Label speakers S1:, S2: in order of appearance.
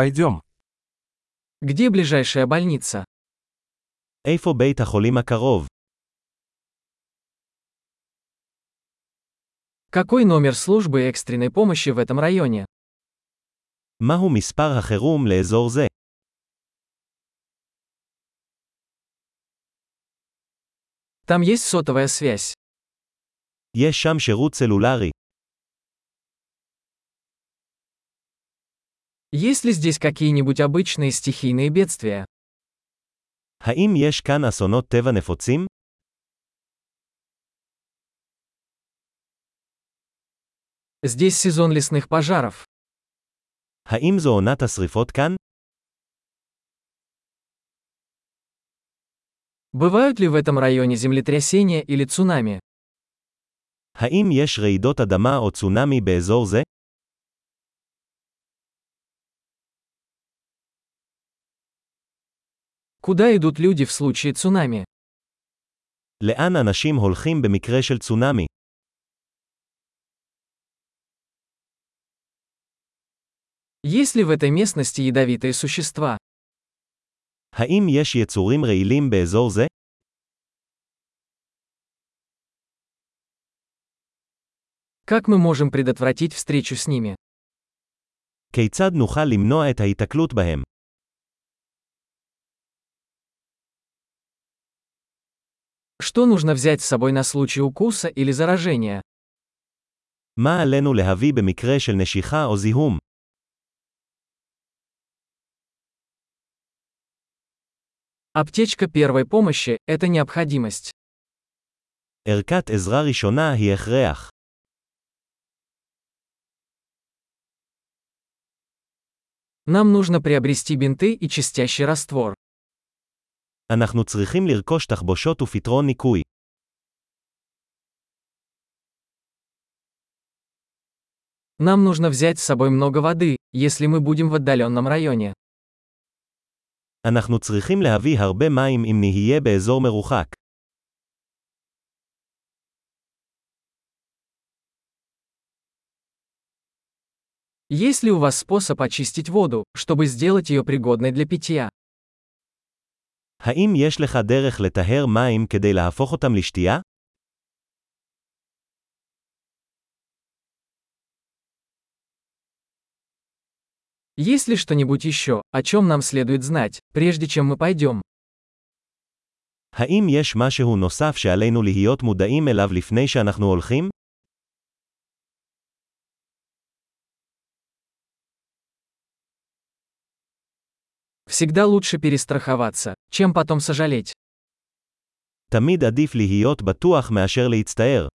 S1: Пойдем.
S2: Где ближайшая больница?
S3: איפה בית החולים הקרוב?
S2: Какой номер службы экстренной помощи в этом районе?
S3: מהו מספר החירום לאזור זה?
S2: Там есть сотовая связь.
S3: יש שם שירות סלולרי.
S2: Есть ли здесь какие-нибудь обычные стихийные бедствия?
S3: האם יש כאן אסונות טבע נפוצים?
S2: Здесь сезон лесных пожаров.
S3: האם זו עונת השרפות כאן?
S2: Бывают ли в этом районе землетрясения или цунами?
S3: האם יש רעידות אדמה או צונאמי באזור זה?
S2: Куда идут люди в случае цунами?
S3: לאן אנשים הולכים במקרה של צונאמי?
S2: Есть ли в этой местности ядовитые существа?
S3: האם יש יצורים רעילים באזור זה?
S2: Как мы можем предотвратить встречу с ними?
S3: כיצד נוכל למנוע את ההיתקלות בהם?
S2: Что нужно взять с собой на случай укуса или заражения?
S3: מה עלינו להביא במקרה של נשיכה או זיהום?
S2: Аптечка первой помощи – это необходимость.
S3: ערכת עזרה ראשונה היא הכרח.
S2: Нам нужно приобрести бинты и чистящий раствор.
S3: אנחנו צריכים לרכוש תחבושות ופתרון ניקוי.
S2: Нам нужно взять с собой много воды, если мы будем в отдаленном районе.
S3: אנחנו צריכים להביא הרבה מים אם נהיה באזור מרוחק.
S2: Есть ли у вас способ очистить воду, чтобы сделать ее пригодной для питья?
S3: האם יש לך דרך לטהר מים כדי להפוך אותם לשתייה?
S2: Есть ли что-нибудь еще, о чем нам следует знать, прежде чем мы пойдем?
S3: האם יש משהו נוסף שעלינו להיות מודעים אליו לפני שאנחנו הולכים?
S2: Всегда лучше перестраховаться, чем потом сожалеть.
S3: תמיד עדיף להיות בטוח מאשר להצטער.